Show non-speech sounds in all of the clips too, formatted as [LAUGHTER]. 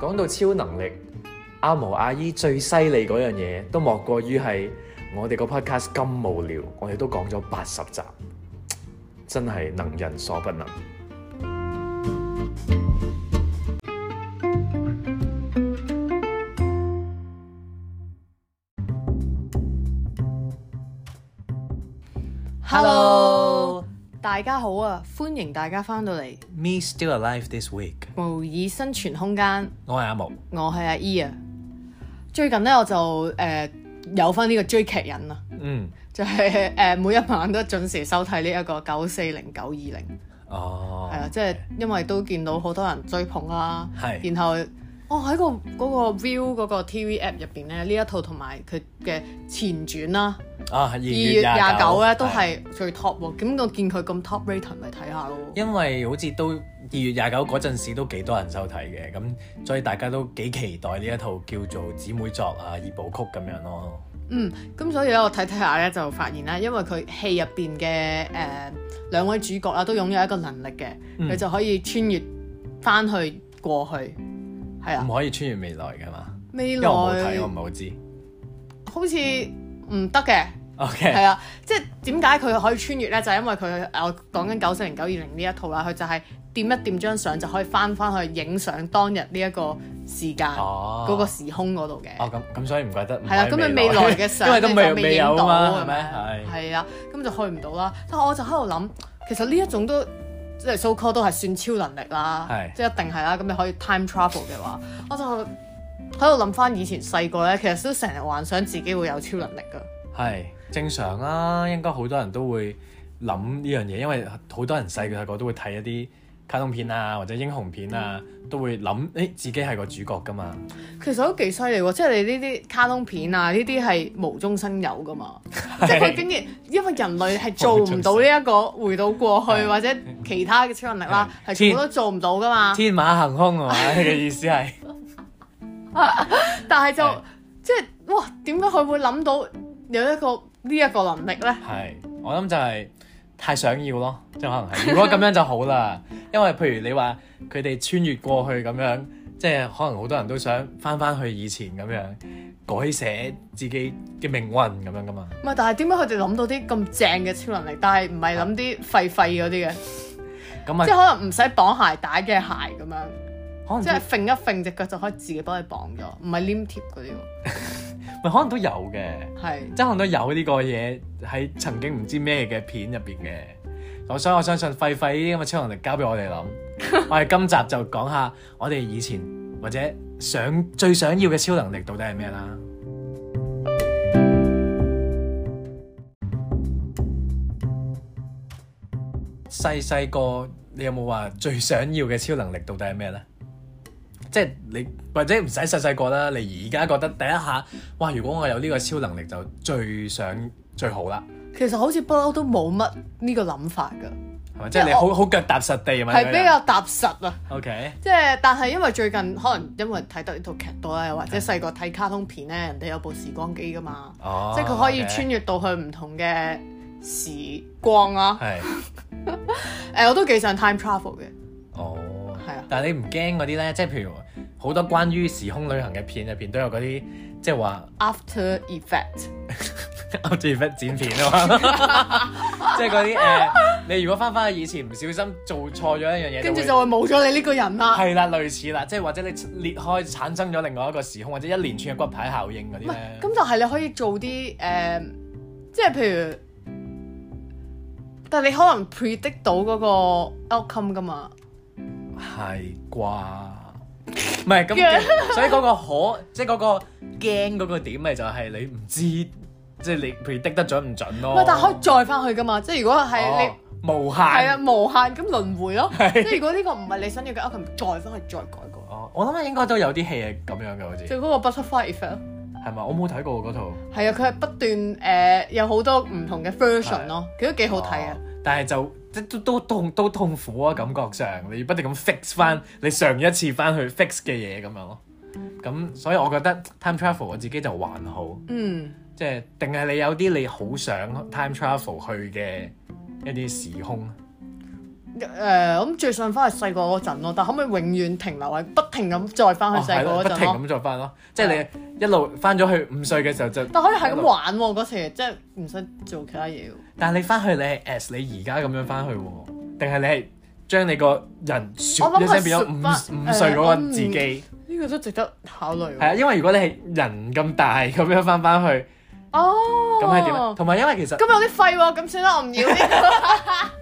講到超能力，阿毛阿姨最犀利嗰樣嘢，都莫過於係我哋個 podcast 咁無聊，我哋都講咗八十集，真係能人所不能。 Hello，大家好啊，歡迎大家翻到嚟 Me still alive this week，模擬生存空間，我係阿毛。我係阿 E 啊。最近呢，我就誒、呃有翻呢個追劇癮啊， [LAUGHS] 嗯，就係、誒、每一晚都準時收睇呢一個九四零九二零，哦係啊，即係因為都見到好多人追捧啦，係然後我喺、個嗰、個 View 嗰個 TV app 入邊咧，呢一套同埋佢嘅前傳啦，啊，二二月廿九啊咧都係。係最 top 喎，咁我見佢咁 top rating 咪睇下咯。因為好似都二月廿九嗰陣時都幾多人收睇嘅，咁所以大家都幾期待呢一套叫做《姊妹作》啊二部曲咁樣咯。嗯，咁所以咧，我睇睇下咧就發現啦，因為佢戲入邊嘅誒兩位主角啦，都擁有一個能力嘅，佢、嗯就可以穿越翻去過去，係啊，唔可以穿越未來㗎嘛？未嗯因來為我冇睇，我啊唔係好知。好似唔得嘅，係 OK，啊，即係點解佢可以穿越咧？就係因為佢我講緊九四零九二零呢一套啦，佢就係掂一掂張相就可以翻翻去影相當日呢一個時間嗰、哦，個時空嗰度嘅。哦咁咁，所以唔怪得唔係啦，可以咁你未來嘅 [LAUGHS] 相因為都你就未未影有到啊嘛，咁係咪？樣係係啦，啊咁就去唔到啦。但我就喺度諗，其實呢一種都即係 so call 都係算超能力啦係，即係一定係啦。咁你可以 time travel 嘅話，我就喺度諗翻以前細個咧，其實都成日幻想自己會有超能力㗎。係正常啦，應該好多人都會諗呢樣嘢，因為好多人細個細個都會睇一啲卡通片啊或者英雄片啊，都會諗誒自己係個主角㗎嘛。其實都幾犀利喎，即係你呢啲卡通片啊，呢啲係無中生有 [LAUGHS] 㗎嘛，即係佢竟然因為人類係做唔到呢一個回到過去係或者其他嘅超能力啦，係係全部都做唔到㗎嘛。天馬行空啊嘛，你嘅意思係但係係就即係哇，點解佢會諗到有一個呢一個能力咧？係我諗就係太想要咯，即係可能係。如果咁樣就好 [LAUGHS] 啦，因為譬如你話佢哋穿越過去咁樣，即係可能好多人都想翻翻去以前咁樣改寫自己嘅命運咁樣噶嘛。唔係，但係點解佢哋諗到啲咁正嘅超能力，但係唔係諗啲廢廢嗰啲嘅，咁即係啊，可能唔使綁鞋帶嘅鞋咁樣，可能即都係揈一揈只腳就可以自己幫你綁咗，唔係黏貼嗰啲喎。咪可能都有嘅，係即係可能都有呢個嘢喺曾經唔知咩嘅片入邊嘅。我所以我相信廢廢呢啲咁嘅超能力交俾我哋諗， [LAUGHS] 我哋今集就講下我哋以前或者想最想要嘅超能力到底係咩啦。細細個你有冇話最想要嘅超能力到底係咩呢？即係你或者唔使細細個啦，你而家覺得第一下，哇！如果我有呢個超能力就最想最好啦，其實好似不嬲都冇乜呢個諗法㗎，係咪？即係你因為我好好腳踏實地係啊咪？係比較踏實啊。 OK，即係，但係因為最近可能因為睇得呢套劇多啦，又或者細個睇卡通片咧，人哋有部時光機㗎嘛。哦，即係佢可以 OK 穿越到去唔同嘅時光啦、啊。係誒、我都幾想 time travel 嘅，哦，係啊但係你唔驚嗰啲咧，即係譬如好多關於時空旅行嘅片入邊都有嗰啲，即係話 [LAUGHS] after effect。我住忽剪片啊 [LAUGHS] 嘛，即係嗰啲誒，你如果翻返去以前唔小心做錯咗一樣嘢，跟住會就會冇咗你呢個人啦。係啦，類似啦，即係或者你裂開產生咗另外一個時空，或者一連串嘅骨牌效應嗰唔啲係咧，咁就係你可以做啲誒、即係譬如，但係你可能 predict 到嗰個 outcome 噶嘛。係啩？唔係咁，所以嗰個可即係嗰個驚嗰個點咪就係你唔知，即係你 predict 得準唔準唔咯？係，但係可以再翻去噶嘛。即係如果係你哦無限係啊、無限咁輪迴咯。即係係如果呢個唔係你想要嘅 outcome，再翻去再改過，哦，我諗應該都有啲戲係咁樣嘅，好似就嗰個 butterfly effect 咯。係咪？我冇睇過嗰套，係啊，佢係不斷誒、呃有好多唔同嘅 version 咯，佢都幾好睇啊！啊哦！但係就即都都痛都痛苦啊，感覺上你要不斷咁 fix 嗯翻你上一次翻去 fix 嘅嘢咁樣咯。咁所以我覺得 time travel 我自己就還好，嗯，即係定係你有啲你好想 time travel 去嘅一啲時空，誒咁最想翻去細個嗰陣咯，但可唔可以永遠停留喺不停咁再翻去細個哦係咯不嗰陣停咯？啊咁再翻咯，即係你一路翻咗去五歲嘅時候就，但可以係咁玩喎嗰時，即係唔使做其他嘢喎。但係你翻去你係 as 你而家咁樣翻去喎，定係你係將你個人我唰諗一佢聲變咗唰翻五五歲嗰個自己？呢個都值得考慮係啊，喎。因為如果你係人咁大咁樣翻翻去，哦，咁係點啊呢？同埋因為其實咁有啲廢喎，咁算啦，我唔 [LAUGHS] 要呢個。啊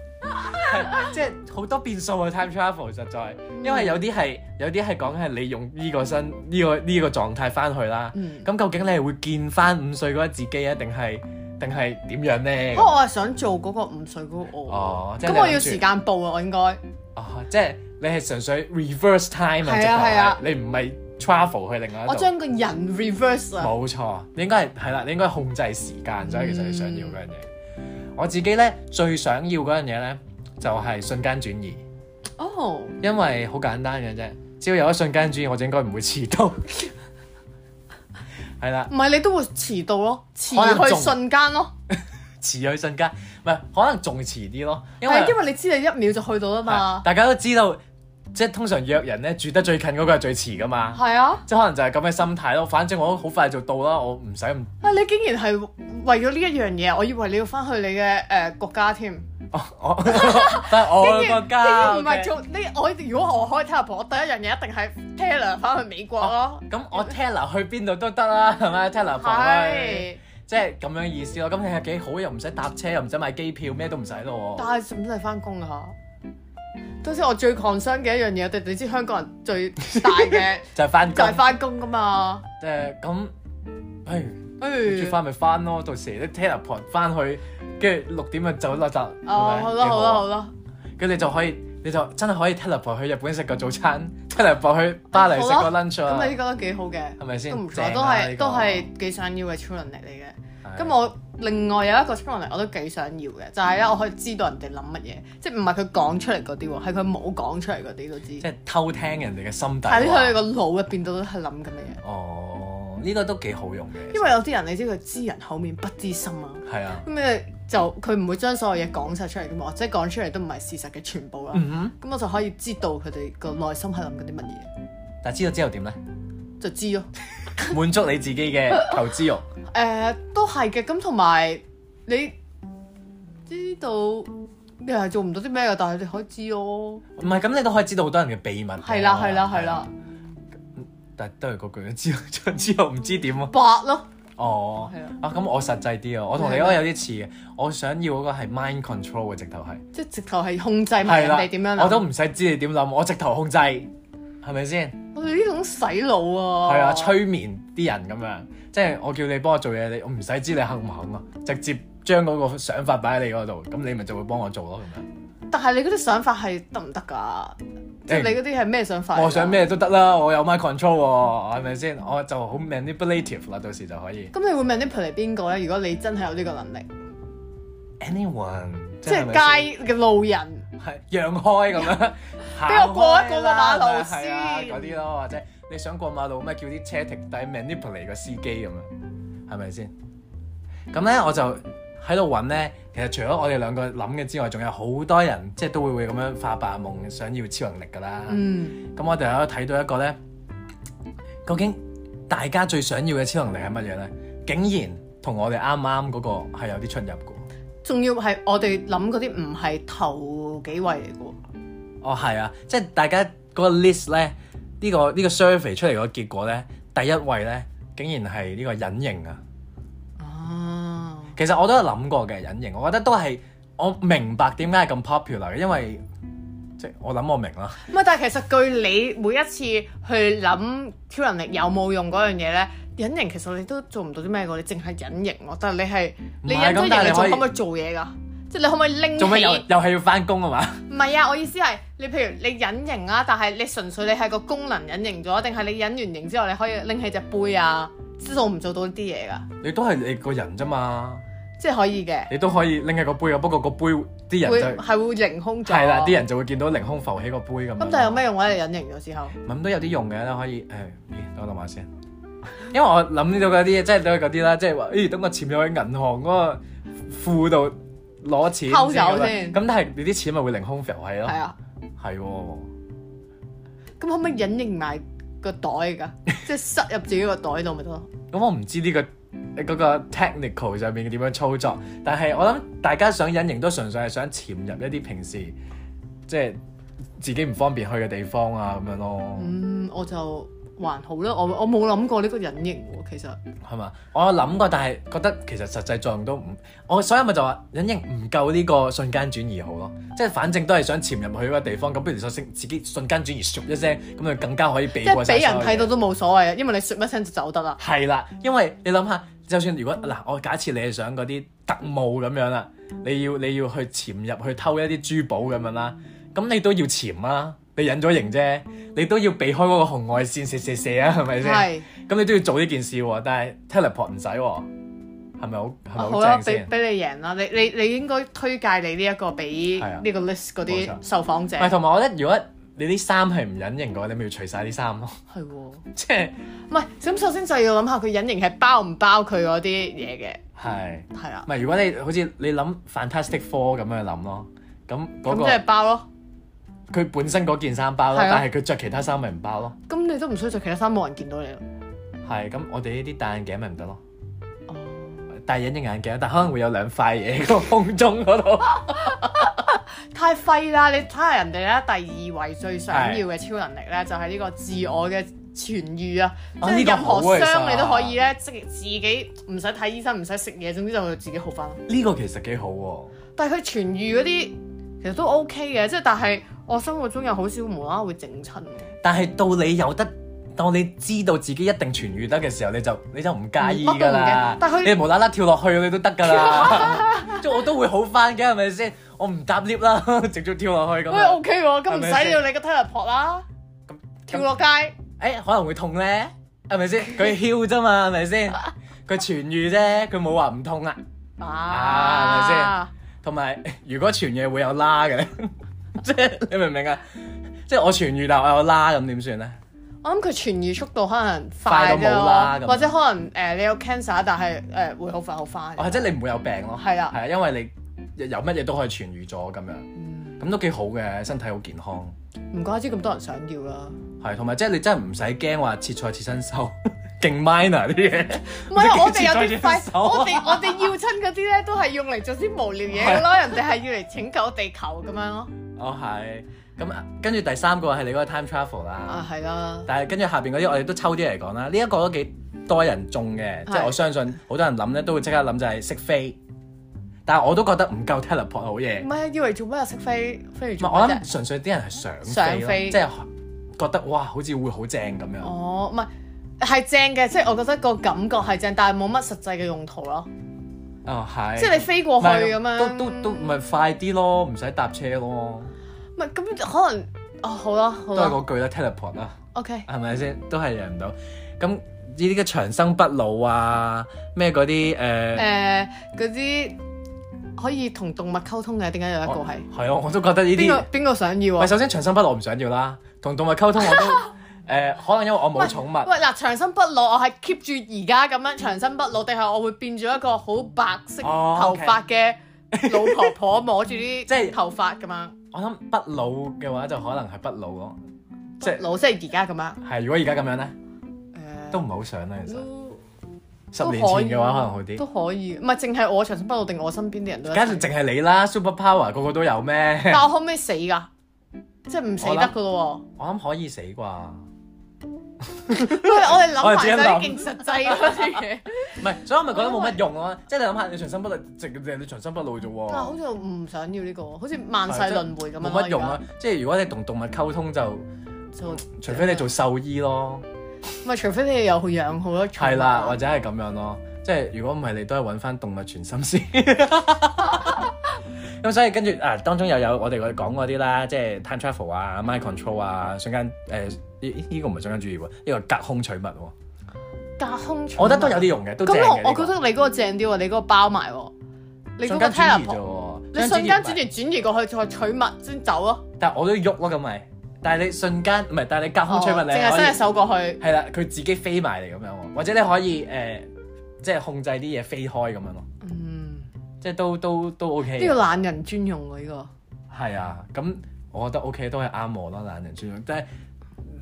即係好多變數啊！time travel 實在，嗯因為有啲係有啲係講係你用呢個身呢、個呢、個狀態翻去啦。嗯咁、究竟你係會見翻五歲嗰一自己啊，定係定係點樣咧？不過哦我係想做嗰個五歲嗰個我哦。即係你咁我諗要住時間報啊，我應該。哦，即係你係純粹 reverse time 啊，係啊直頭係係啊你唔係 travel 去另外一我度。將個人 reverse 啊。冇錯，你應該係係啦，你應該控制時間，所以嗯其實你想要嗰樣嘢。我自己咧最想要嗰樣嘢咧，就係、瞬間轉移。哦，因為好簡單嘅啫，只要有一瞬間轉移，我就應該唔會遲到。 [LAUGHS] 係啦，唔係你都會遲到咯，可能遲去仲瞬間咯。遲咗一瞬間，唔係可能仲遲啲咯，因為係因為你知你一秒就去到啦嘛。大家都知道，即係通常約人咧住得最近嗰個係最遲噶 [LAUGHS] 嘛，係啊。即係可能就係咁嘅心態咯。反正我都好快就到啦，我唔使咁啊！你竟然係為咗呢一樣嘢，我以為你要翻去你嘅誒、呃、國家添。我 [LAUGHS] 我但係我竟嘅國然竟然唔家係 OK 做你我如果我開 t e l e 我第一樣嘢一定係 Taylor 翻去美國咯。咁我 Teller 去邊度都得啦，係咪？Teller 房去，嗯係，即係咁樣意思咯。咁你係幾好，又唔使搭車，又唔使買機票，咩都唔使咯喎但。係使唔使翻工啊？當時我最 concern 嘅一樣嘢，你你知香港人 [LAUGHS] 最大嘅就係翻就工係。翻工噶嘛。哎誒咁，哎唉，誒住翻咪翻咯，到時你 teleport 翻去，跟住六點就走啦，得係咪哦，好啦好啦好，幾啦，啊跟住你就可以，你就真係可以 teleport 去日本食個早餐，teleport [LAUGHS] 去巴黎食個好啦 lunch 咁你啊，覺得幾好嘅，係咪先都唔錯，正都啊係呢個都係幾想要嘅超能力嚟嘅。咁係我另外有一個超能力我都幾想要嘅，就係咧我可以知道人哋諗乜嘢，即係唔係佢講出嚟嗰啲喎，係佢冇講出嚟嗰啲都知即，係偷聽人哋嘅心底話。喺佢個腦入邊都係諗緊嘅嘢。哦，呢個都幾好用因嘅，為有啲人你知佢知人口面不知心啊，係啊，咁你就佢唔會將所有嘢講晒出嚟嘅嘛，或者講出嚟都唔係事實嘅全部啦。咁、嗯我就可以知道佢哋個內心係諗緊啲乜嘢，哼，但知道之後點咧？就知咯。滿足你自己嘅求知 [LAUGHS] 欲，誒、都係嘅，咁同埋你知道你係做唔到啲咩嘅，但係你可以知咯。唔係咁你都可以知道好多人嘅秘密嘅。係啦，係啦，係啦。但都係嗰句，知道之後唔知點喎。八咯，哦係啊，啊咁我實際啲啊，我同你嗰個有啲似嘅，我想要嗰個係 mind control 嘅，直頭係，即係直頭係控制埋人哋點樣諗。啊我都唔使知你點諗，我直頭控制，係咪先？我哋呢種洗腦啊，係啊，催眠啲人咁樣，即係我叫你幫我做嘢，你我唔使知你肯唔肯啊，直接將嗰個想法擺喺你嗰度，咁你咪就會幫我做咯咁樣。但係你嗰啲想法係得唔得㗎？即誒係你嗰啲係咩想法嚟㗎？我想咩都得啦，我有 mind control 喎，係咪先？我就好 manipulative 啦，到時就可以咁你會 manipulate 邊個咧？如果你真係有呢個能力， anyone，即係咪先係街嘅路人，係讓開咁樣， [LAUGHS] 俾我過一個過個馬路係啊先嗰啲咯，或者你想過馬路咩？叫啲車停低，manipulate 個司機咁樣，係咪先？咁咧我就喺度揾咧，其實除咗我哋兩個諗嘅之外，仲有好多人即係都會會咁樣發白日夢，想要超能力㗎啦。咁、嗯，我哋喺度睇到一個咧，究竟大家最想要嘅超能力係乜嘢咧？竟然同我哋啱啱嗰個係有啲出入嘅。仲要係我哋諗嗰啲唔係頭幾位嚟嘅喎。哦，係啊，即係大家嗰個 list 咧，呢、個呢、個 survey 出嚟個結果咧，第一位咧竟然係呢個隱形啊！啊，其實我都有諗過嘅隱形，啊我覺得都係我明白點解係咁 popular 嘅，因為即係我諗我明啦。唔係，啊但係其實據你每一次去諗超能力有冇用嗰樣嘢咧，隱形其實你都做唔到啲咩嘅喎，你淨係隱形喎。但係你係你唔係隱咁咗但係形，你可以你仲可唔可以做嘢㗎？即係你可唔可以拎起？做咩又又係要翻工啊嘛？唔係啊，我意思係你譬如你隱形啊，但係你純粹你係個功能隱形咗，定係你隱完形之後你可以拎起隻杯啊？做唔做到呢啲嘢㗎？你都係你個人啫嘛，即係可以嘅，你都可以拎起個杯啊，不過個杯啲會人就係會凌空咗。係啦，啲人就會見到凌空浮起個杯咁樣。咁但係有咩用咧？你隱形咗之後，咁都有啲用嘅啦，可以誒，咦等我諗下先。因為我諗到嗰啲，即係都係嗰啲啦，即係話，咦，等我潛入去銀行嗰個褲度攞錢偷走㗎嘛先咁但係你啲錢咪會凌空浮起咯係，啊，係喎。咁可唔可以隱形埋個袋 [LAUGHS] 㗎？即係塞入自己個袋度咪得咯？咁我唔知呢、個嗰、個 technical 上面點樣操作，但係我諗大家想隱形都純粹係想潛入一啲平時即係自己唔方便去嘅地方啊咁樣咯，嗯，我就還好啦，我我冇諗過呢個隱形喎，其實係嘛、我有諗過，但係覺得其實實際作用都唔，我所以咪就話隱形唔夠呢個瞬間轉移好咯，即係反正都係想潛入去一個地方，咁不如索性自己瞬間轉移，唰一聲咁就更加可以避即過係晒俾人所有睇嘢到都冇所謂啊，因為你説一聲就走得啦。係啦，因為你諗下，就算如果嗱，我假設你係想嗰啲特務咁樣啦，你要你要去潛入去偷一啲珠寶咁樣啦，咁你都要潛啦，你隱咗形啫，你都要避開嗰個紅外線射射射啊，係咪先？係，咁你都要做呢件事喎，但係 teleport 唔使喎，係咪好係咪哦好好啦，正俾先？俾你贏啦，你你你應該推介你呢一個俾係啊呢個 list 冇錯嗰啲受訪者，唔係，同埋我覺得如果你啲衫係唔隱形嘅話，你咪要除晒啲衫咯， [LAUGHS] 係喎。即係唔係，咁首先就要諗下佢隱形係包唔包佢嗰啲嘢嘅，係。係啦唔。係，如果你好似你諗 Fantastic Four 咁樣諗咯，咁嗰咁個即係包咯。佢本身嗰件衫包啦，係啊但係佢着其他衫咪唔包咯。咁你都唔需要着其他衫，冇人見到你咯。係咁，我哋呢啲戴眼鏡咪唔得咯。哦，戴隱形眼鏡，但可能會有兩塊嘢喺個空中嗰度。太廢啦！你睇下人哋咧，第二位最想要嘅超能力咧，就係呢個自我嘅痊愈啊！即哦係呢個任何好啊其實傷你都可以咧，即係自己唔使睇醫生，唔使食嘢，總之就自己好翻。呢個其實幾好喎、但係佢痊愈嗰啲其實都 OK 嘅，即係但係我生活中又好少無啦啦會整親嘅。但係到你有得，當你知道自己一定痊愈得嘅時候，你就你就唔介意嗯乜都㗎唔啦驚。但佢你無啦啦跳落去你都得㗎啦，即 [LAUGHS] 係我都會好翻嘅，係咪先？我唔搭 lift 啦， [LAUGHS] 直接跳落去咁喂樣。 OK 喎，咁係唔咪使先要你個 teleport 啦，咁跳落街。誒、可能會痛咧，係咪先？佢囂啫嘛，係咪先？佢痊愈啫，佢冇話唔痛啊。啊啊，同埋 [LAUGHS] 如果傳嘢會有拉嘅咧， [LAUGHS] 即係你明唔明啊？即係我傳語，但我有拉咁點算咧？我諗佢痊愈速度可能快到快啲冇啦咁咯，或者可能誒、呃你有 cancer，但係誒、呃、會好快好翻。哦，即係你唔會有病咯。係啦係啊，因為你有乜嘢都可以傳語咗咁樣，嗯咁都幾好嘅，身體好健康。唔怪之咁多人想要啦。係，同埋即係你真係唔使驚話切菜切身手， [LAUGHS] 勁 minor 啲嘢。 [LAUGHS] 唔係啊，我哋切菜有切啲身快，手啊我哋我哋要親嗰啲咧，都係用嚟做啲無聊嘢嘅咯。人哋係要嚟拯救地球咁樣咯。哦，係。咁啊跟住第三個係你嗰個 time travel 啦。啊，係啦，但係跟住下邊嗰啲，我哋都抽啲嚟講啦。呢、一個都幾多人中嘅，即係係我相信好多人諗咧都會即刻諗就係識飛，但係我都覺得唔夠 teleport 好嘢。唔唔係啊要嚟做咩啊？識飛飛嚟係做我咩啫？諗純粹啲人係想飛想咯，飛即係覺得哇，好似會好正咁樣。哦，唔係係正嘅，即係我覺得個感覺係正，但係冇乜實際嘅用途咯。哦，係。即係你飛過去咁唔係樣，哦都都都咪快啲咯，唔使搭車咯，唔係咁可能哦，好啦好都係啦嗰句啦，teleport 啦。 ，OK。係咪先？都係贏唔到。咁呢啲嘅長生不老啊，咩嗰啲呃誒，誒嗰啲可以同動物溝通嘅，點解有一個係係啊，我都覺得呢邊啲。個邊個想要喂，啊？首先長生不老我唔想要啦，同動物溝通我 [LAUGHS] 都誒、可能因為我冇寵物，喂嗱，長生不老，我係 keep 住而家咁樣長生不老，定係我會變咗一個好白色哦頭髮嘅老婆婆摸住 [LAUGHS] 啲即即係係頭髮咁樣，我諗不老嘅話就可能係不老咯，即係老即係而家咁樣係如果而家咁樣咧，誒都唔係好想啦。啊其實都十都年可以前嘅話可能好啲，都可以，唔係淨係我長生不老定我身邊啲人都一加上齊。淨係你啦，super power 個個都有咩？ [LAUGHS] 但我可唔可以死㗎？即係唔死我得諗 [LAUGHS] 㗎咯我諗可以死啩，我係喎，喂我哋諗自己埋諗啲勁實際嗰啲 [LAUGHS] 嘢，唔係，所以我咪覺得冇乜用咯。即係你諗下，你長生不老，淨淨係你長生不老啫但係喎，好似我唔想要呢個喎，好似萬世係真輪迴咁樣冇咯。乜用而家啊！即係如果你同動物溝通就，就除非你做獸醫咯。啊唔係，除非你有養好多寵物啊係啦，或者係咁樣咯。即係如果唔係，你都係揾翻動物傳心先。 [LAUGHS] 咁所以跟住啊，當中又有我哋講嗰啲啦，即係 time travel 啊、mind control 啊、瞬間誒呢呢個唔係瞬間主義喎，呢個隔空取物喎。隔空寵物我覺得都有啲。用嘅，都正咁嘅。我呢我個覺得你嗰個正啲喎，你嗰個包埋喎，你嗰瞬個間轉移 teleport，啫你喎，瞬間轉移唔係，移轉移過去再取物先走啊咯。但係我都要喐咯，咁咪。但係你瞬間唔係，但係你隔空啊取物哦你淨係可以伸隻手過去。係啦，佢自己飛埋嚟咁樣喎，或者你可以誒即係控制啲嘢飛開咁樣咯。嗯，即係都都都 OK 呢嘅。個懶人專用喎，呢個係啊，咁我覺得 OK 都係啱我咯，懶人專用。但係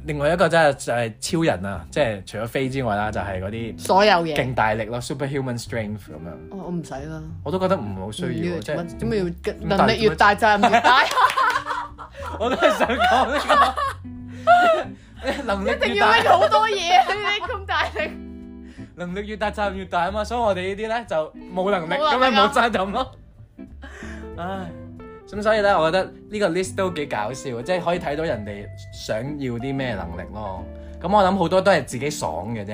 另外一個真係就係超人啊，即係除咗飛之外啦，就係嗰啲所有嘢。哦勁大力咯，superhuman strength 咁樣。我我唔使啦，我都覺得唔好需唔要要啊，即係做乜？點解咁要但係能力越大責任越大？ [LAUGHS] 我都係想講呢 [LAUGHS] 個 [LAUGHS] 能力一定越要大拎，好多嘢，你咁大力。能力越大責任越大啊嘛，所以我哋呢啲咧就冇能力，冇能力啊咁咪冇責任咯。唉，咁所以咧，我覺得呢個 list 都幾搞笑，即係可以睇到人哋想要啲咩能力咯。咁我諗好多都係自己爽嘅啫，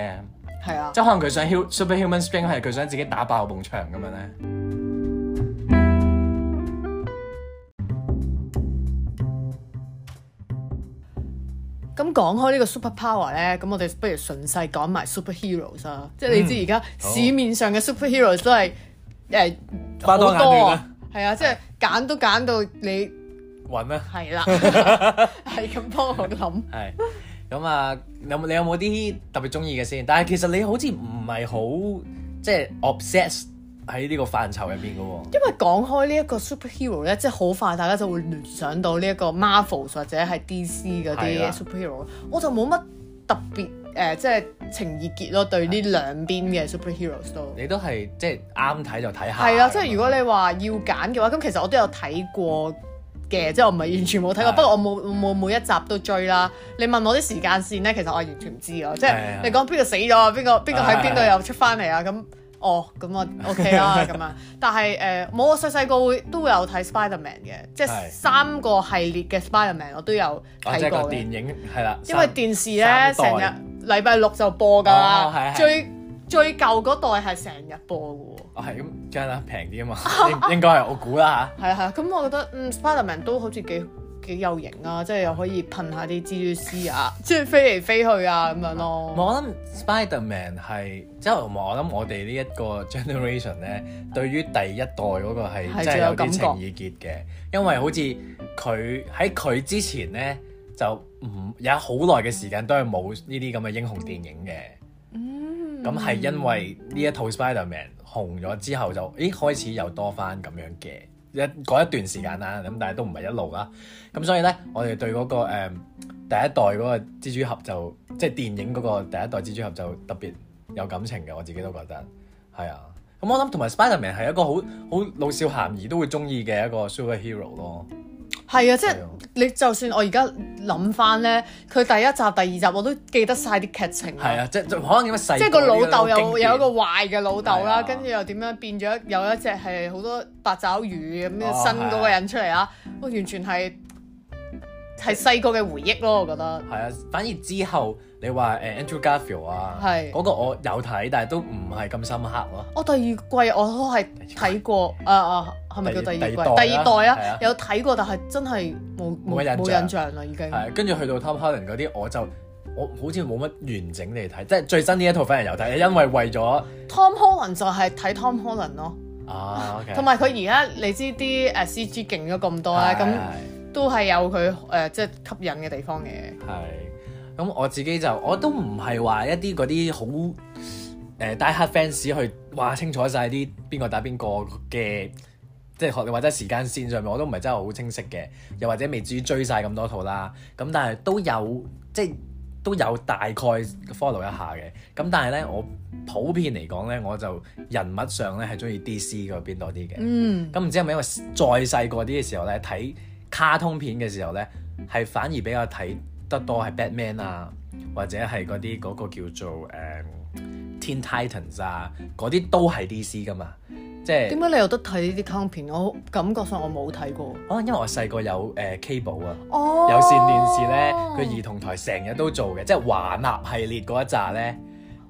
係啊，即係可能佢想 hu- superhuman strength 係佢想自己打爆埲牆咁樣咧。咁講開呢個 super power 咧，咁我哋不如順勢講埋 superheroes 啊，即係嗯你知而家市面上嘅 superheroes 都係誒花好多眼亂多啊啊，係啊，即係揀都揀到你揾啦，係 [LAUGHS] 啦，係咁幫我諗。係。咁啊，你有冇你有冇啲特別中意嘅先？但係其實你好似唔係好即係 obsess 喺呢個範疇入邊嘅喎。因為講開呢一個 superhero 咧，即係好快大家就會聯想到呢一個 Marvel 或者係 DC 嗰係啦啊啲 superhero，我就冇乜特別誒、呃即係情意結咯，對呢兩邊嘅 superheroes 都。你都係即係啱睇就睇下。啊係啦，啊即係如果你話要揀嘅話，咁其實我都有睇過嘅，即係我唔係完全冇睇過，係不過我冇冇每一集都追啦。你問我啲時間線咧，其實我係完全唔知嘅，即係係啊你講邊個死咗啊，邊個邊個喺邊度係又出翻嚟啊，咁哦咁 [LAUGHS] 我 OK 啦咁樣。但係誒冇，我細細個會都會有睇 Spiderman 嘅，即係係三個系列嘅 Spiderman 我都有哦即係睇個過嘅。電影係啦，因為三電視三咧成代日禮拜六就播㗎啦，哦係係最最舊嗰代係成日播嘅喎。哦係咁梗係啦，平啲啊 [LAUGHS] 嘛，應應該係我估啦係啊係啊，咁我覺得嗯 Spiderman 都好似幾幾有型啊，即係又可以噴下啲蜘蛛絲啊， [LAUGHS] 即係飛嚟飛去啊咁樣嚇。咯。我諗 Spiderman 係即係我諗我哋呢一個 generation 咧，對於第一代嗰個係真係最係有有啲感覺情意結嘅，因為好似佢喺佢之前咧就唔有好耐嘅時間都係冇呢啲咁嘅英雄電影嘅。嗯，咁係因為呢一套 Spider-Man 紅咗之後就，咦開始又多翻咁樣嘅一嗰一段時間啦，咁但係都唔係一路啦。咁所以呢，我哋對嗰、個、誒第一代嗰個蜘蛛俠就即係電影嗰個第一代蜘蛛俠就特別有感情嘅，我自己都覺得係啊。咁我諗同埋 Spider-Man 係一個好好老少咸宜都會中意嘅一個 superhero 咯。係啊，即係係啊你就算我而家諗翻咧，佢第一集、第二集我都記得晒啲劇情係啊，即係可能因為細即係個老豆嗰啲都有經典有一個壞嘅老豆係啊啦，跟住又點樣變咗有一隻係好多八爪魚咁哦樣新嗰個人出嚟啊！我完全係係細個嘅回憶咯，我覺得係啊，反而之後你話誒、Andrew Garfield 啊，係嗰個我有睇，但係都唔係咁深刻咯。我第二季我都係睇過，啊啊，係咪叫第第二二第季？第二代二代啊係啊啊，有睇過，但係真係冇冇冇印象冇印象啦，已經。係，啊跟住去到 Tom Holland 嗰啲，我就我好似冇乜完整地睇，即係最新呢一套反而有睇，因為為咗 Tom Holland 就係睇 Tom 嗯 Holland 咯，啊，OK，同埋佢而家你知啲誒 CG 勁咗咁多啦，係咁都係有佢誒即係吸引嘅地方嘅。係咁我自己就我都唔係話一啲嗰啲好誒 die hard fans 去話清楚晒啲邊個打邊個嘅。即係學你話齋時間線上面，我都唔係真係好清晰嘅，又或者未至於追晒咁多套啦。咁但係都有即係都有大概 follow 一下嘅。咁但係咧，我普遍嚟講咧，我就人物上咧係中意 DC 嗰邊多啲嘅。嗯，咁唔知係咪因為再細個啲嘅時候咧，睇卡通片嘅時候咧，係反而比較睇得多係 Batman 啊，或者係嗰啲嗰個叫做誒、嗯 Teen Titans 啊，嗰啲都係 DC 噶嘛，即係點解你有得睇呢啲卡通片？我感覺上我冇睇過。可啊能因為我細個有誒、呃 cable 啊。哦有線電視咧，佢兒童台成日都做嘅，即係華納系列嗰一紮咧，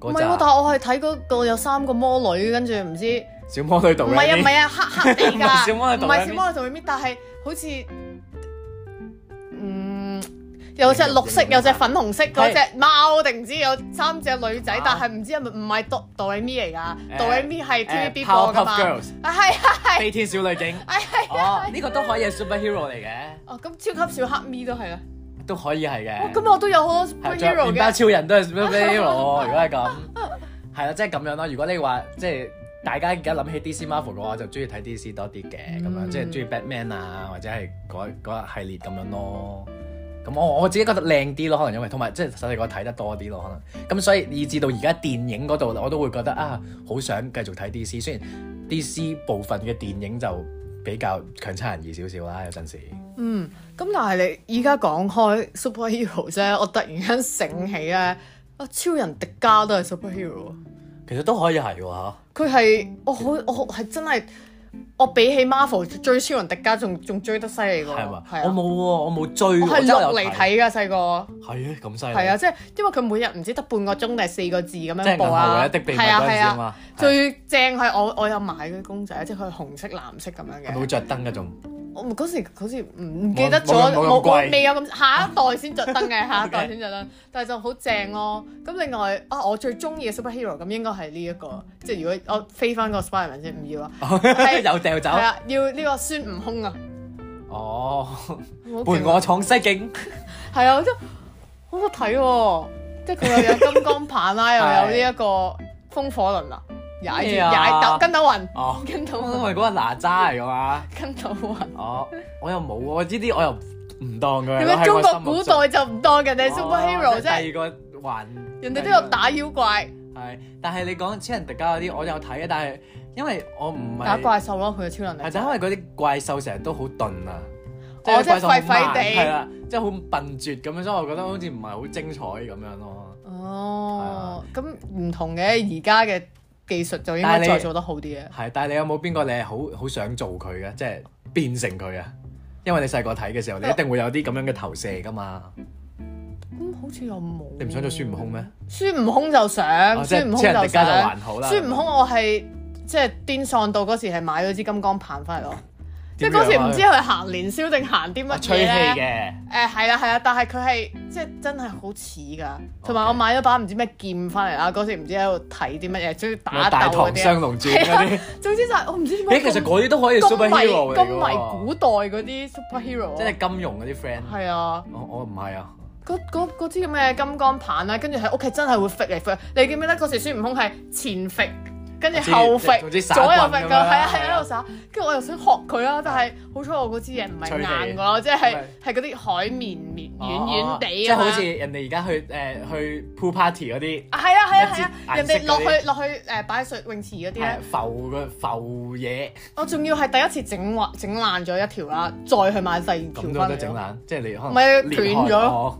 唔嗰係喎，但紮係我係睇嗰個有三個魔女，跟住唔知。小魔女度唔係啊，唔係啊，黑黑地唔㗎，係小魔女唔同係佢小搣魔女同佢搣，但係好似嗯有隻綠色，形容有一下隻粉紅色嗰啊係隻貓，定唔知有三隻女仔啊，但係唔知係咪唔係哆哆唻咪誒嚟㗎？哆唻咪係 TVB 播㗎 Powerpuff 嘛？ Girls 哦啊係啊係，飛天小女警，啊係哦，呢個都可以係 superhero 嚟嘅，哦咁超級小黑咪都係啦。都可以係哇嘅。咁我都有好多係仲有 superhero 麵包 [LAUGHS] 嘅，超人都係 superhero 喎。如果係咁，係啦，即係咁樣咯。如果你話即係大家而家諗起 DC Marvel 嘅話，就中意睇 DC 多啲嘅咁樣，嗯即係中意 Batman 啊，或者係嗰嗰一系列咁樣咯。咁我我自己覺得靚啲咯，可能因為同埋即係細細個睇得多啲咯，可能咁所以以至到而家電影嗰度，我都會覺得啊，好想繼續睇 DC。雖然 DC 部分嘅電影就比較強差人意少少啦，有陣時。哦咁但係你依家講開 superhero 啫，我突然間醒起咧，啊超人迪迦都係 superhero 啊。其實都可以係喎嚇佢係我好我好係真係，我比起 Marvel 追超人迪迦仲仲追得犀利喎，係嘛？係我啊，冇喎，我冇追我喎，係真係有落嚟睇㗎細個，係啊，咁犀利。係啊，即係因為佢每日唔知得半個鐘定係四個字咁即係樣銀河播唯啊，一的秘密係啊嗰陣時係啊啊，嘛，係最正係我我有買嗰啲公仔，即係佢紅色藍色咁樣係冇嘅。着燈嗰種。我嗰時好似唔唔記得咗，冇冇咁冇貴冇未有咁下一代先着燈 [LAUGHS] 嘅，下一代先着燈，但係就好正咯。咁另外啊，我最中意嘅 superhero 咁應該係呢一個，即係如果我飛翻個 Spiderman 先唔要啊啦， [LAUGHS] 係有掉走係啊，要呢個孫悟空啊，哦，好勁伴我闖西境，係啊，真係好好睇喎！即係佢又有金剛 [LAUGHS] 棒啦，又有呢一個風火輪啦，踩住咩啊踩斗跟斗雲，哦，跟斗因為雲，嗰個哪吒嚟噶嘛，跟斗雲。哦，我又冇喎，我呢啲我又唔當佢。點解中國古代就唔當人哋嘅 superhero 第啫？二個環，人哋都有打妖怪、係，但係你講超人迪迦嗰啲，我有睇嘅，但係因為我唔係打怪獸咯，佢嘅超能係力就。因為嗰啲怪獸成日都好鈍啊，哦係啲怪獸好慢即係廢廢地係啦，即係好笨拙咁樣，所以我覺得好似唔係好精彩咁樣咯。哦，咁唔同嘅，而家嘅技術就應但係該你再做得好啲嘅。係，但係你有冇邊個你係好好想做佢嘅，即係變成佢啊？因為你細個睇嘅時候，哦你一定會有啲咁樣嘅投射噶嘛。咁好似又冇。你唔想做孫悟空咩？孫悟空就哦想，即係孫悟空超人就迪迦就想還。好啦孫悟空我係即係癲喪到嗰時係買咗支金剛棒翻嚟咯，即係點樣嗰啊時唔知佢行年宵定行嗯啲乜我嘢啊吹氣咧。嘅，誒係啦係啦，但係佢係即係真係好似㗎，同埋我買咗把唔知咩劍翻嚟啦，嗰時唔知喺度睇啲乜嘢，中意打有大鬥嗰唐啲雙啊。龍傳嗰啲。總之就 [LAUGHS] 係我唔知點解咦，其實嗰啲都可以咁迷 superhero 嚟咁嘅迷喎，古代嗰啲 superhero，即係金融嗰啲 friend。係啊。我我唔係啊，嗰嗰嗰支咁嘅金剛棒啦，跟住喺屋企真係會揈嚟揈去。你記唔記得嗰時孫悟空係前揈，跟住後我知揈，總之耍左右揈棍咁樣㗎，係啊係係啊啊喺度耍。跟住我又想學佢啦，但係好彩我嗰支嘢唔係脆地硬㗎，即係係哦係嗰啲海綿綿軟軟地即係啊嘛好似人哋而家去誒去 pool party 嗰啲。啊係啊係啊係啊！一人支顏色哋落嗰去落去誒擺喺水泳池嗰啲咧係，浮嘅浮嘢，我仲要係第一次整壞整爛咗一條啦，再去買第二條咁都得翻嚟整咯。爛，即係你可能唔係裂開斷咗哦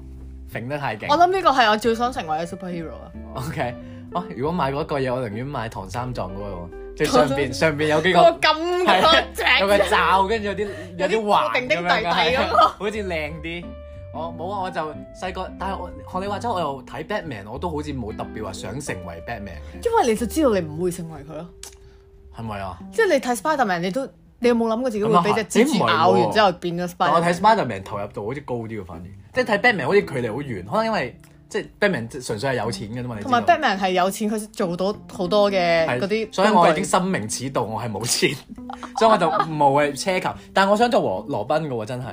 揈得太勁我。諗呢個係我最想成為嘅 superhero 啊！ OK，哦，如果買嗰個嘢，我寧願買唐三藏嗰個喎，最上邊上邊有幾嗰個個金嗰個 [LAUGHS] 係啊有個隻罩，跟住有啲有啲有啲環叮叮咁樣地地嘅，咁係啊咯好似靚啲。我冇啊，我就細個，但係我學你話齋，我又睇 Batman，我都好似冇特別話想成為 Batman 嘅，因為你就知道你唔會成為佢咯。係咪啊？即係你睇 Spiderman，你都你有冇諗過自己會咁啊俾隻蜘蛛咦唔係喎咬完之後變咗但我 Spiderman？睇 Spiderman 投入度好似高啲嘅，反而即係睇 Batman 好似距離好遠，可能因為即係 Batman 純粹係有錢嘅啫嘛，你知同道埋 Batman 係有錢，佢做到好多嘅係嗰啲所以我已經工具深明此道，我係冇錢， [LAUGHS] 所以我就無謂奢求。但係我想做羅羅賓嘅喎，真係，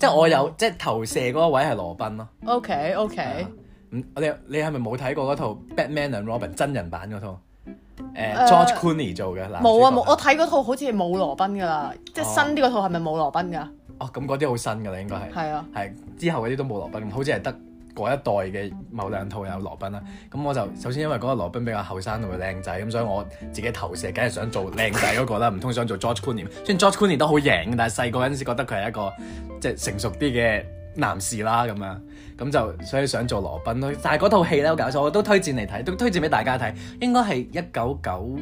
即係我嗯有即係投射嗰個位係羅賓咯。 OK 係啊 OK，唔你你係咪冇睇過嗰套 Batman and Robin 真人版嗰套？誒誒 George Clooney 做嘅男主角冇啊冇，我睇嗰套好似係冇羅賓噶啦，即係哦新啲嗰套係咪冇羅賓噶？哦咁嗰啲好新㗎啦，應該係係啊，係之後嗰啲都冇羅賓，好似係得嗰一代嘅某兩套有羅賓啦。咁我就首先因為嗰個羅賓比較後生同埋靚仔，咁所以我自己投射梗係想做靚仔嗰個啦，唔通想做 George Clooney？雖然 George Clooney 都好型，但係細個嗰陣時覺得佢係一個即係成熟啲嘅男士啦咁樣。咁就所以想做羅賓咯，但係嗰套戲咧好搞笑，我都推薦嚟睇，都推薦俾大家睇。應該係一九九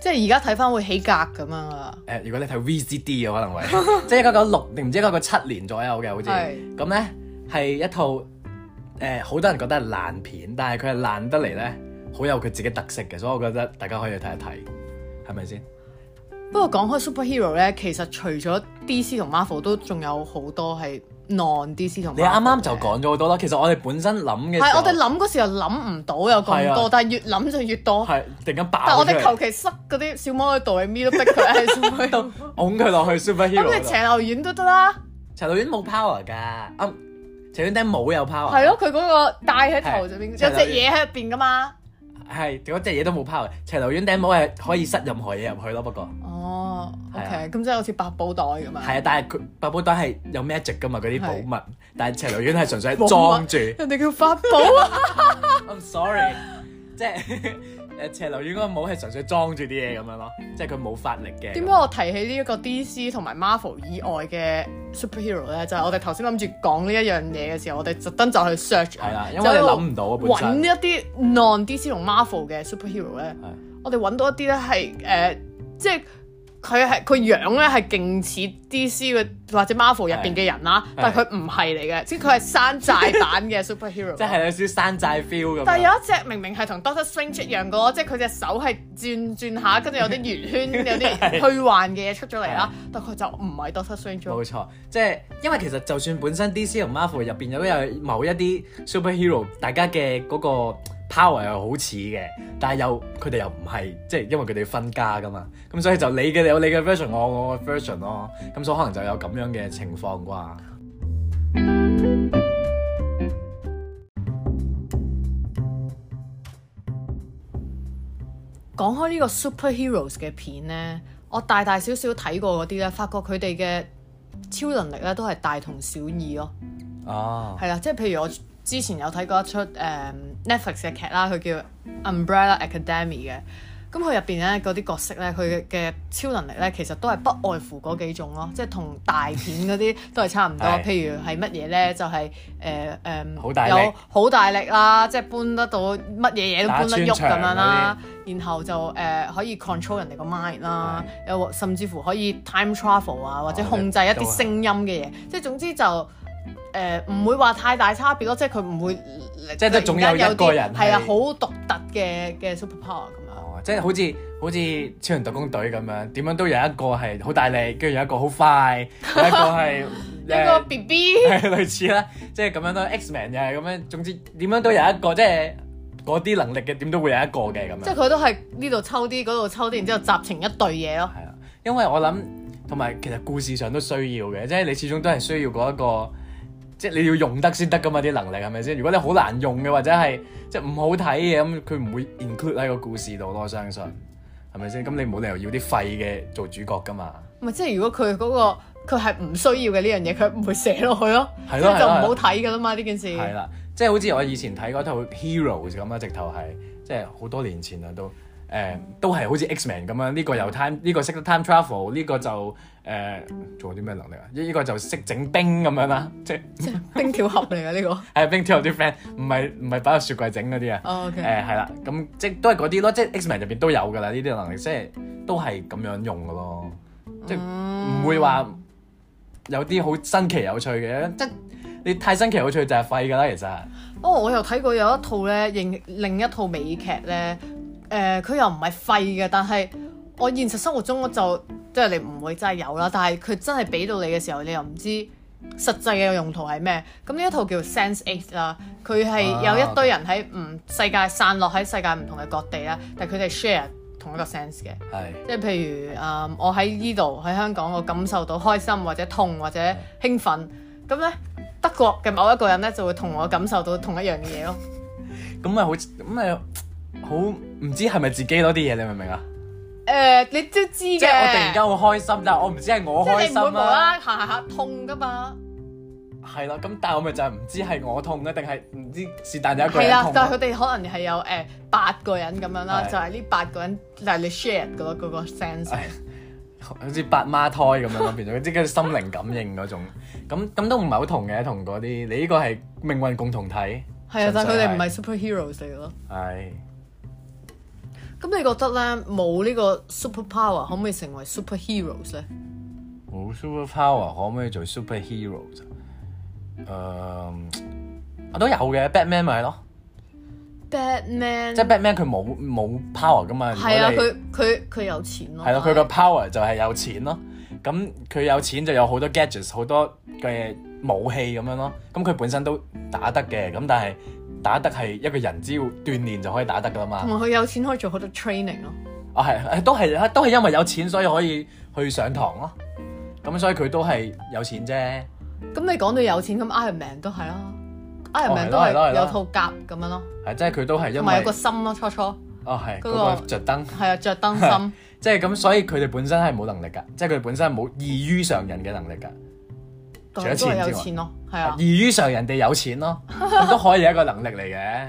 即係而家睇翻會起格咁樣啊！誒，如果你睇 VCD 嘅可能會， [LAUGHS] 即係一九九六定唔知一九九七年左右嘅好似。係咁咧係一套誒，好、多人覺得係爛片，但係佢係爛得嚟咧，好有佢自己特色嘅，所以我覺得大家可以去睇一睇，係咪先？不過講開 superhero 咧，其實除咗 DC 同 Marvel 都仲有好多係 non DC 同 Marvel 嘅。你啱啱就講咗好多啦，其實我哋本身諗嘅時啊係候我哋諗嗰時又諗唔到有咁係多，啊但係越諗就越多。係突然間爆但係我出哋嚟求其塞嗰啲小魔女度嘅咪都逼佢 [LAUGHS] 係 superhero 拱佢落去咁 superhero 你度。斜流丸都得啦，陳導演冇 power 㗎，啊，陳導演頂帽有 power。係咯，佢嗰個戴喺頭上邊有哦係隻嘢喺入邊噶嘛，係嗰隻嘢都冇拋嘅，斜流丸頂帽係可以塞任何嘢入去咯。不過哦係啊，OK，咁即係好似百寶袋咁啊。係啊，但係佢百寶袋係有 magic 噶嘛，嗰啲寶物，但係斜流丸係純粹係寶物裝 [LAUGHS] 住。 [LAUGHS] 人哋叫法寶啊， I'm sorry，即係 [LAUGHS] 誒斜流丸嗰個帽係純粹裝住啲嘢咁樣咯，即係佢冇法力嘅。點解我提起呢一個 DC 同埋 Marvel 以外嘅 superhero 咧？就係、我哋頭先諗住講呢一樣嘢嘅時候，我哋特登就去 search 係啦，因為我哋就喺度諗唔到啊，本揾身一啲 non DC 同 Marvel 嘅 superhero 咧，係我哋揾到一啲咧係誒，即係佢係佢樣咧係勁似 DC 嘅或者 Marvel 入邊嘅人啦，但係佢唔係嚟嘅，即係佢係山寨版 [LAUGHS] 嘅 superhero。即係有少少山寨 feel 咁樣。但係有一隻明明係同 Doctor Strange 一樣嘅咯，即係佢隻手係轉轉下，跟住有啲圓圈，有 [LAUGHS] 啲虛幻嘅嘢出咗嚟啦。但佢就唔係 Doctor Strange 咯。冇錯，即係因為其實就算本身 DC 同 Marvel 入邊都有某一啲 superhero，大家嘅嗰個 power 又好似嘅，但係又佢哋又唔係，即係因為佢哋分家噶嘛，咁所以就你嘅有你嘅 version，我我嘅 version 咯，咁所以可能就有咁樣嘅情況啩。講開呢個 superheroes 嘅片呢，我大大小小睇過嗰啲呢，發覺佢哋嘅超能力呢都係大同小異咯。哦，係啦，即係譬如我之前有睇過一出誒、Netflix 嘅劇啦，佢叫 Umbrella Academy 嘅。咁佢入邊咧嗰啲角色咧，嗯佢嘅超能力咧，其實都係不外乎嗰幾種咯，即係同大片 [LAUGHS] 嗰啲都係差唔多。係譬如係乜嘢咧，就係誒誒好大力有好大力啦，即係搬得到乜嘢嘢都搬得喐打穿牆咁樣啦。然後就誒、可以 control 人哋個 mind 啦，又甚至乎可以 time travel 啊，或者哦控制一都啲係聲音嘅嘢，即係總之就。呃誒唔、會話太大差別咯，即係佢唔會即係都總有一個人係係啊，好獨特嘅嘅 super power 咁啊樣。哦，即係好似好似超人特工隊咁樣，點樣都有一個係好大力，跟住有一個好 [LAUGHS] 快，有一個係一個 B B [LAUGHS] 係類似啦，即係咁樣都 X-Men 又係咁樣，總之點樣都有一個，即係嗰啲能力嘅點都會有一個嘅咁即係樣。佢都係呢度抽啲，嗰度抽啲，然之後集成一隊嘢咯。係啊，因為我諗同埋其實故事上都需要嘅，即係你始終都係需要嗰一個，即係你要用得先得噶嘛啲能力係咪先？如果你好難用嘅或者係即係唔好睇嘅咁，佢唔會 include 喺個故事度咯，我相信係咪先？咁你冇理由要啲廢嘅做主角噶嘛？唔係即係如果佢嗰、個佢係唔需要嘅呢樣嘢，佢唔會寫落去咯，係即咯係就唔係咯好睇㗎啦嘛呢件事。係啊啦，即係好似我以前睇嗰套 Heroes 咁啊，直頭係即係好多年前啦，都誒、都係好似 X-Men 咁樣，啊呢、個有 time，呢個識得 time travel，呢個就誒、做啲咩能力啊？呢、個就識整冰咁樣啦，即係即係冰條盒嚟嘅呢個。係冰跳有啲 friend，唔係唔係擺入雪櫃整嗰啲啊。哦 OK，誒係啦，咁即係都係嗰啲咯，即係 X-Men 入邊都有㗎啦，呢啲能力即係都係咁樣用㗎咯，即係嗯唔會話有啲好新奇有趣嘅，即係你太新奇有趣就係廢㗎啦，其實。哦，我又睇過有一套咧，另另一套美劇咧，誒、佢又唔係廢嘅，但係我現實生活中我就即係你唔會真係有啦，但係佢真係俾到你嘅時候，你又唔知實際嘅用途係咩。咁呢一套叫 Sense Eight 啦，佢係啊有一堆人喺唔世界散落喺世界唔同嘅各地啦，但係佢哋 share 同一個 sense 嘅。係。即係譬如誒、嗯我喺呢度喺香港，我感受到開心或者痛或者興奮，咁咧德國嘅某一個人咧就會同我感受到同一樣嘅 [LAUGHS] 嘢咯。咁咪好，咁咪好唔知係咪自己攞啲嘢，你明唔明啊？誒、你都知即嘅，係我突然間好開心，但係我唔知係我即係開你唔會心啊無啦，啦啦行行下痛噶嘛。係啦，咁但係我咪就係唔知係我痛啊咧，定係唔知是但有一個係人啦痛，啊但係咯。佢哋可能係有誒、八個人咁樣啦，係就係呢八個人，但係你 share 噶咯嗰個 sense。係好似八孖胎咁樣咯，變咗即係心靈感應嗰種，咁咁都唔係好同嘅，同嗰啲你呢個係命運共同體，係啊，但係佢哋唔純粹係 superheroes 嚟嘅咯。係咁你覺得咧冇呢個 superpower 可唔可以成為 superheroes 咧？冇 super power 可唔可以做 superhero 啫？誒，我都有嘅，Batman 咪係咯， Batman 即係 Batman 佢冇冇 power 噶嘛，如果係啊，你佢佢佢有錢咯。係咯，佢個 power 就係有錢咯。咁佢有錢就有好多 gadgets，好多嘅武器咁樣咯。咁佢本身都打得嘅，咁但係打得係一個人只要鍛鍊就可以打得噶啦嘛同。埋佢有錢可以做好多 training 咯。啊係係，都係都係因為有錢所以可以去上堂咯。咁所以佢都係有錢啫。咁你講到有錢，咁 Iron Man 都係啦。 Iron 哦係 Man 都咯係咯係係咯有套甲咁樣咯，係即係佢都係因同埋有為個心咯，初初哦係嗰嗰個個着燈，係啊，着 [LAUGHS] 燈心即係咁，所以佢哋本身係冇能力㗎，即係佢哋本身係冇異於常人嘅能力㗎。都除咗係錢都係之有外錢咯，係啊。異於常人哋有錢咯，咁都可以係一個能力嚟嘅，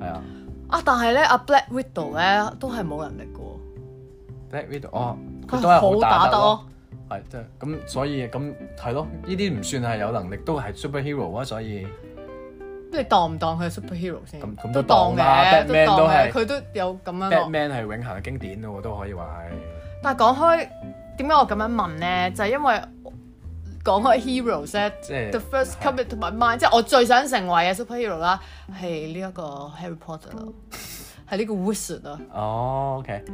係啊。啊，但係咧，阿 Black Widow 咧都係冇能力嘅喎。 Black Widow 哦，佢都係好佢啊好打打得得咯咯，，係即係咁，所以咁係咯，呢啲唔算係有能力，都係 superhero 啊，所以你當唔當佢係 superhero 先？咁咁都都當當啦嘅， Batman 當都係嘅，佢都有咁樣咯。 Batman 係永恆嘅經典咯，都可以話係。但係講開，點解我咁樣問咧？就係、因為講開 heroes 咧即係，the first come into my mind，即係我最想成為嘅 superhero 啦，係呢一個 Harry Potter 咯，係呢個 wizard 啊。哦，OK，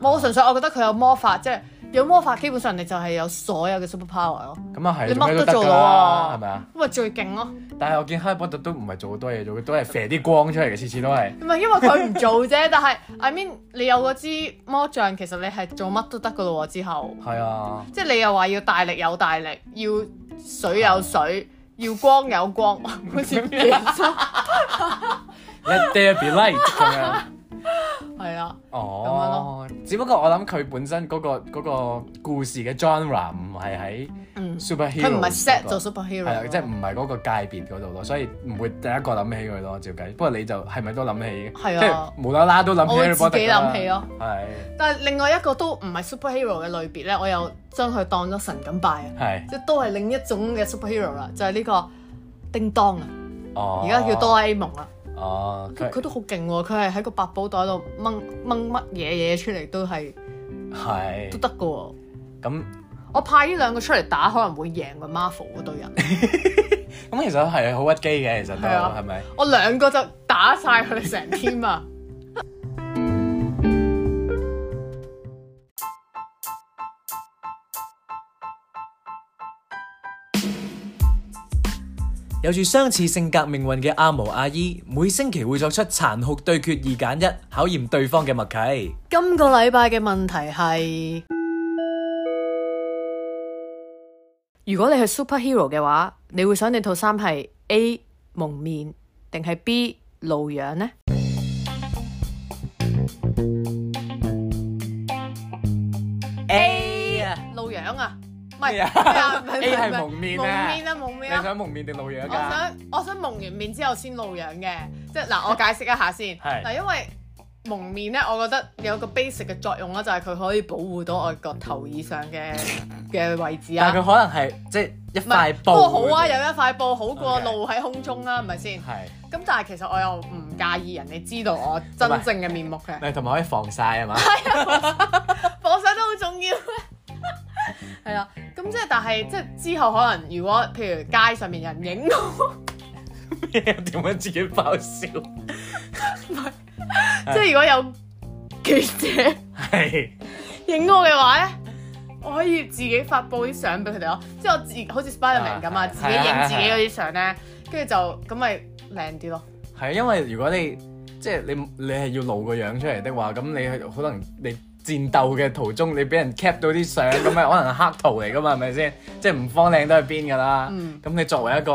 我純粹我覺得佢有魔法，即係有魔法，基本上你就係有所有嘅 super power 咯，咁啊係，你做咩乜都都得做㗎到啦，啊，係咪啊？？咁咪最勁咯，但係我見 Harry Potter 都唔係做好多嘢做，佢都係射啲光出嚟嘅，次次都係。唔啊係因為佢唔做啫，但係 I mean 你有嗰支魔杖，其實你係做乜都得噶咯喎，之後。係啊，即係你又話要大力有大力，要水有水，要光有光，好似啊唔記得咗一 there be light 咁樣。係啊，哦，只不過我諗佢本身嗰、個嗰個故事嘅 genre 唔係喺嗯， superhero，佢唔係 set 做做 superhero，係啊，即係唔係嗰個界別嗰度嗯咯，所以唔會第一個諗起佢咯，照計。不過你就係咪都諗起嘅？係啊即係無啦啦都諗起我會 Harry Potter 自己㗎啦諗起咯。係但係另外一個都唔係 superhero 嘅類別咧，我又將佢當咗神咁拜啊，係即係都係另一種嘅 superhero 啦，就係呢個叮當啊，哦，而家叫哆啦 A 夢啦，哦，佢佢佢都好勁喎，佢係喺個百寶袋度掹掹乜嘢嘢出嚟都係都係得嘅喎。咁我派呢兩個出嚟打，可能會贏過 Marvel 嗰隊人。咁，其實係好屈機嘅，其實都係啊係咪？我兩個就打晒佢哋成 team 啊！有住相似性格命運嘅阿毛阿姨，每星期會作出殘酷對決二揀一，考驗對方嘅默契。今個禮拜嘅問題係：如果你係 superhero 嘅話，你會想你套衫係 A 蒙面定係 B 露樣呢？ A 啊！露樣啊，唔咩 [LAUGHS] 啊係咩啊唔係 A 係唔係蒙面蒙啊面啊，蒙你面啊！想蒙面定露樣我㗎？想我想蒙完面之後先露樣嘅，即係嗱，我解釋一下先。 [LAUGHS] 係嗱，因為蒙面咧，我覺得有個 basic 嘅作用啦，就係佢可以保護到我個頭以上嘅嘅位置啊但係。佢可能係即係一唔係塊，布不過好啊，嗰有啲一塊布好過 OK 露喺空中啦，係咪先？係咁但係其實我又唔介意人哋知道我真正嘅面目嘅，咪同埋可以防曬係嘛？防曬都好重要。 [LAUGHS] 係啦，咁即係但係即係之後可能如果譬如街上面有人影到， [LAUGHS] [LAUGHS] 點解自己爆笑？即係如果有記者。係影我嘅話咧，我可以自己發布啲相俾佢哋咯，即係我自好似 Spiderman 咁啊啊，自己係啊影自己嗰啲相咧，跟住就咁咪靚啲咯。係因為如果你即係你你係要露個樣出嚟的話，咁你係可能你戰鬥嘅途中你俾人 cap 到啲相，咁咪可能係黑圖嚟㗎嘛？係咪先？即係唔方靚都係邊㗎啦？嗯咁你作為一個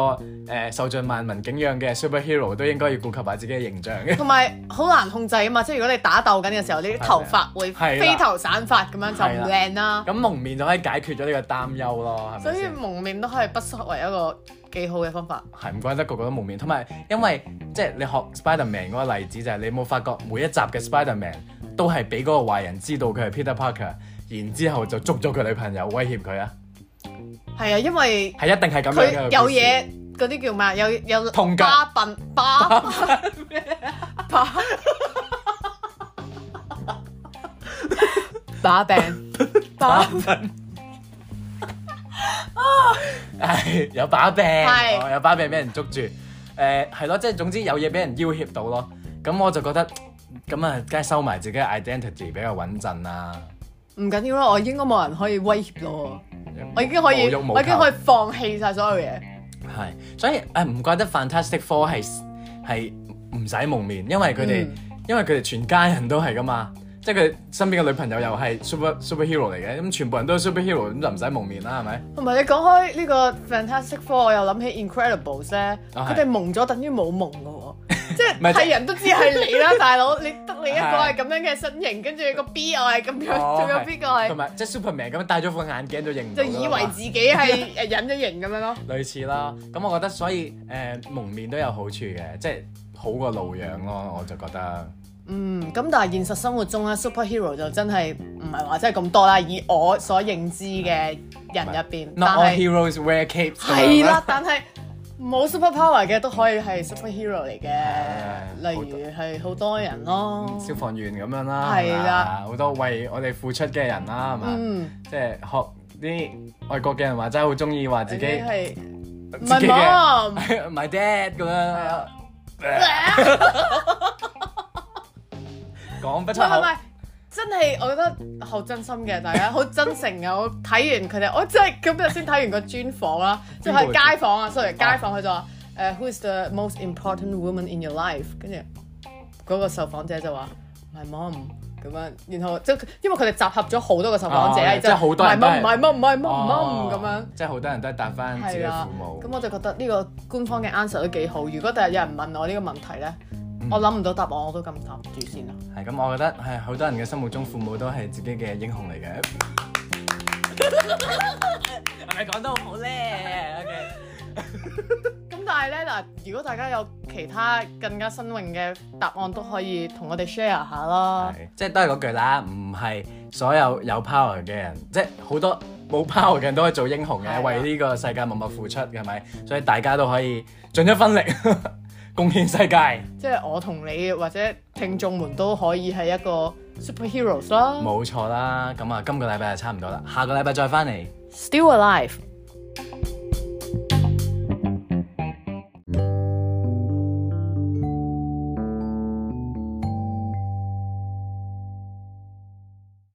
誒受盡萬民景仰嘅 superhero，都應該要顧及下自己嘅形象嘅。同埋好難控制啊嘛，即係如果你打鬥緊嘅時候，你啲頭髮會係啦飛頭散髮咁樣就唔靚啦。咁蒙面就可以解決咗呢個擔憂咯，係所咪以先？蒙面都係不失為一個幾好嘅方法。係唔怪得個個都蒙面，同埋因為即係你學 Spiderman 嗰個例子就係你有冇發覺每一集嘅 Spiderman 都係俾嗰個壞人知道佢係 Peter Parker，然之後就捉咗佢女朋友威脅佢啊，係啊，因為係一定係咁樣佢嘅有 [LAUGHS] 嘢嗰啲叫咩啊？有有痛腳巴笨巴巴 [LAUGHS] 把 [LAUGHS] 柄把係哎有把柄，係哦有把柄俾人捉住，誒係咯，即係總之有嘢俾人要挾到咯，咁我就覺得咁啊，梗係收埋自己嘅 identity 比較穩陣啊啦。唔緊要啦，我應該冇人可以威脅到我，我已經可無以欲無求我已經可以放棄晒所有嘢。係，所以誒唔怪得 Fantastic Four 係嗯係唔使蒙面，因為佢哋、因為佢哋全家人都係噶嘛，即係佢身邊嘅女朋友又係 super superhero 嚟嘅，咁全部人都係 superhero，咁就唔使蒙面啦，係咪？同埋你講開呢個 Fantastic Four，我又諗起 Incredibles 咧，啊佢係哋蒙咗等於冇蒙 [LAUGHS] 嘅喎，即唔係係係人都知 [LAUGHS] 係你啦，大佬，你得你一個係係咁樣嘅身形，跟住個 B 又係咁樣，哦仲有邊個同係埋即係 Superman 咁樣戴咗副眼鏡就認唔就到㗎啦嘛以為自己係 [LAUGHS] 誒隱咗形咁樣咯。類似啦。咁我覺得所以誒、蒙面都有好處嘅，即係好過露樣咯，我就覺得。嗯，咁但係現實生活中咧，superhero 就真係唔係話真係咁多啦。以我所認知嘅人入邊，但 Not all 係 heroes wear capes 咁樣啦。係啦，但係冇 superpower 嘅都可以係 superhero 嚟嘅，係例如係好多人咯。消防員咁樣啦，係係啦嘛好多為我哋付出嘅人啦，係嘛？嗯，即係學啲外國嘅人話齋好中意話自己你係唔自係己嘅 mom？ my dad 咁樣， [LAUGHS] 講不唔出係唔係口唔。係，真係我覺得好真心嘅，大家好真誠啊！我睇完佢哋，我真係咁日先睇完個專訪啦，即係邊個嚟街訪啊，sorry，街訪佢就話誒，Who is the most important woman in your life？跟住嗰個受訪者就話，My mom。咁樣，然後即係因為佢哋集合咗好多個受訪者，哦然之後即係好多人都 My 係 mom，my mom，my mom，my 哦 mom 咁樣。，即係好多人都係答翻自己係啦父，母咁。我就覺得呢個官方嘅 answer 都幾好。如果第日有人問我呢個問題咧，嗯我諗唔到答案，我都咁答唔住先啦。係咁，我覺得係好多人嘅心目中，父母都係自己嘅英雄嚟嘅。係咪講得好好咧？OK，咁但係咧嗱，如果大家有其他更加新穎嘅答案，都可以同我哋 share 下啦。係即係都係嗰句啦，唔係所有有 power 嘅人，即係好多冇 power 嘅人都可以做英雄係啊嘅，為呢個世界默默付出嘅，係咪？所以大家都可以盡一分力， [LAUGHS] 貢獻世界。即係我同你或者聽眾們都可以係一個 superheroes 啦。冇錯啦，咁啊，今個禮拜就差唔多啦，下個禮拜再翻嚟。 Still alive。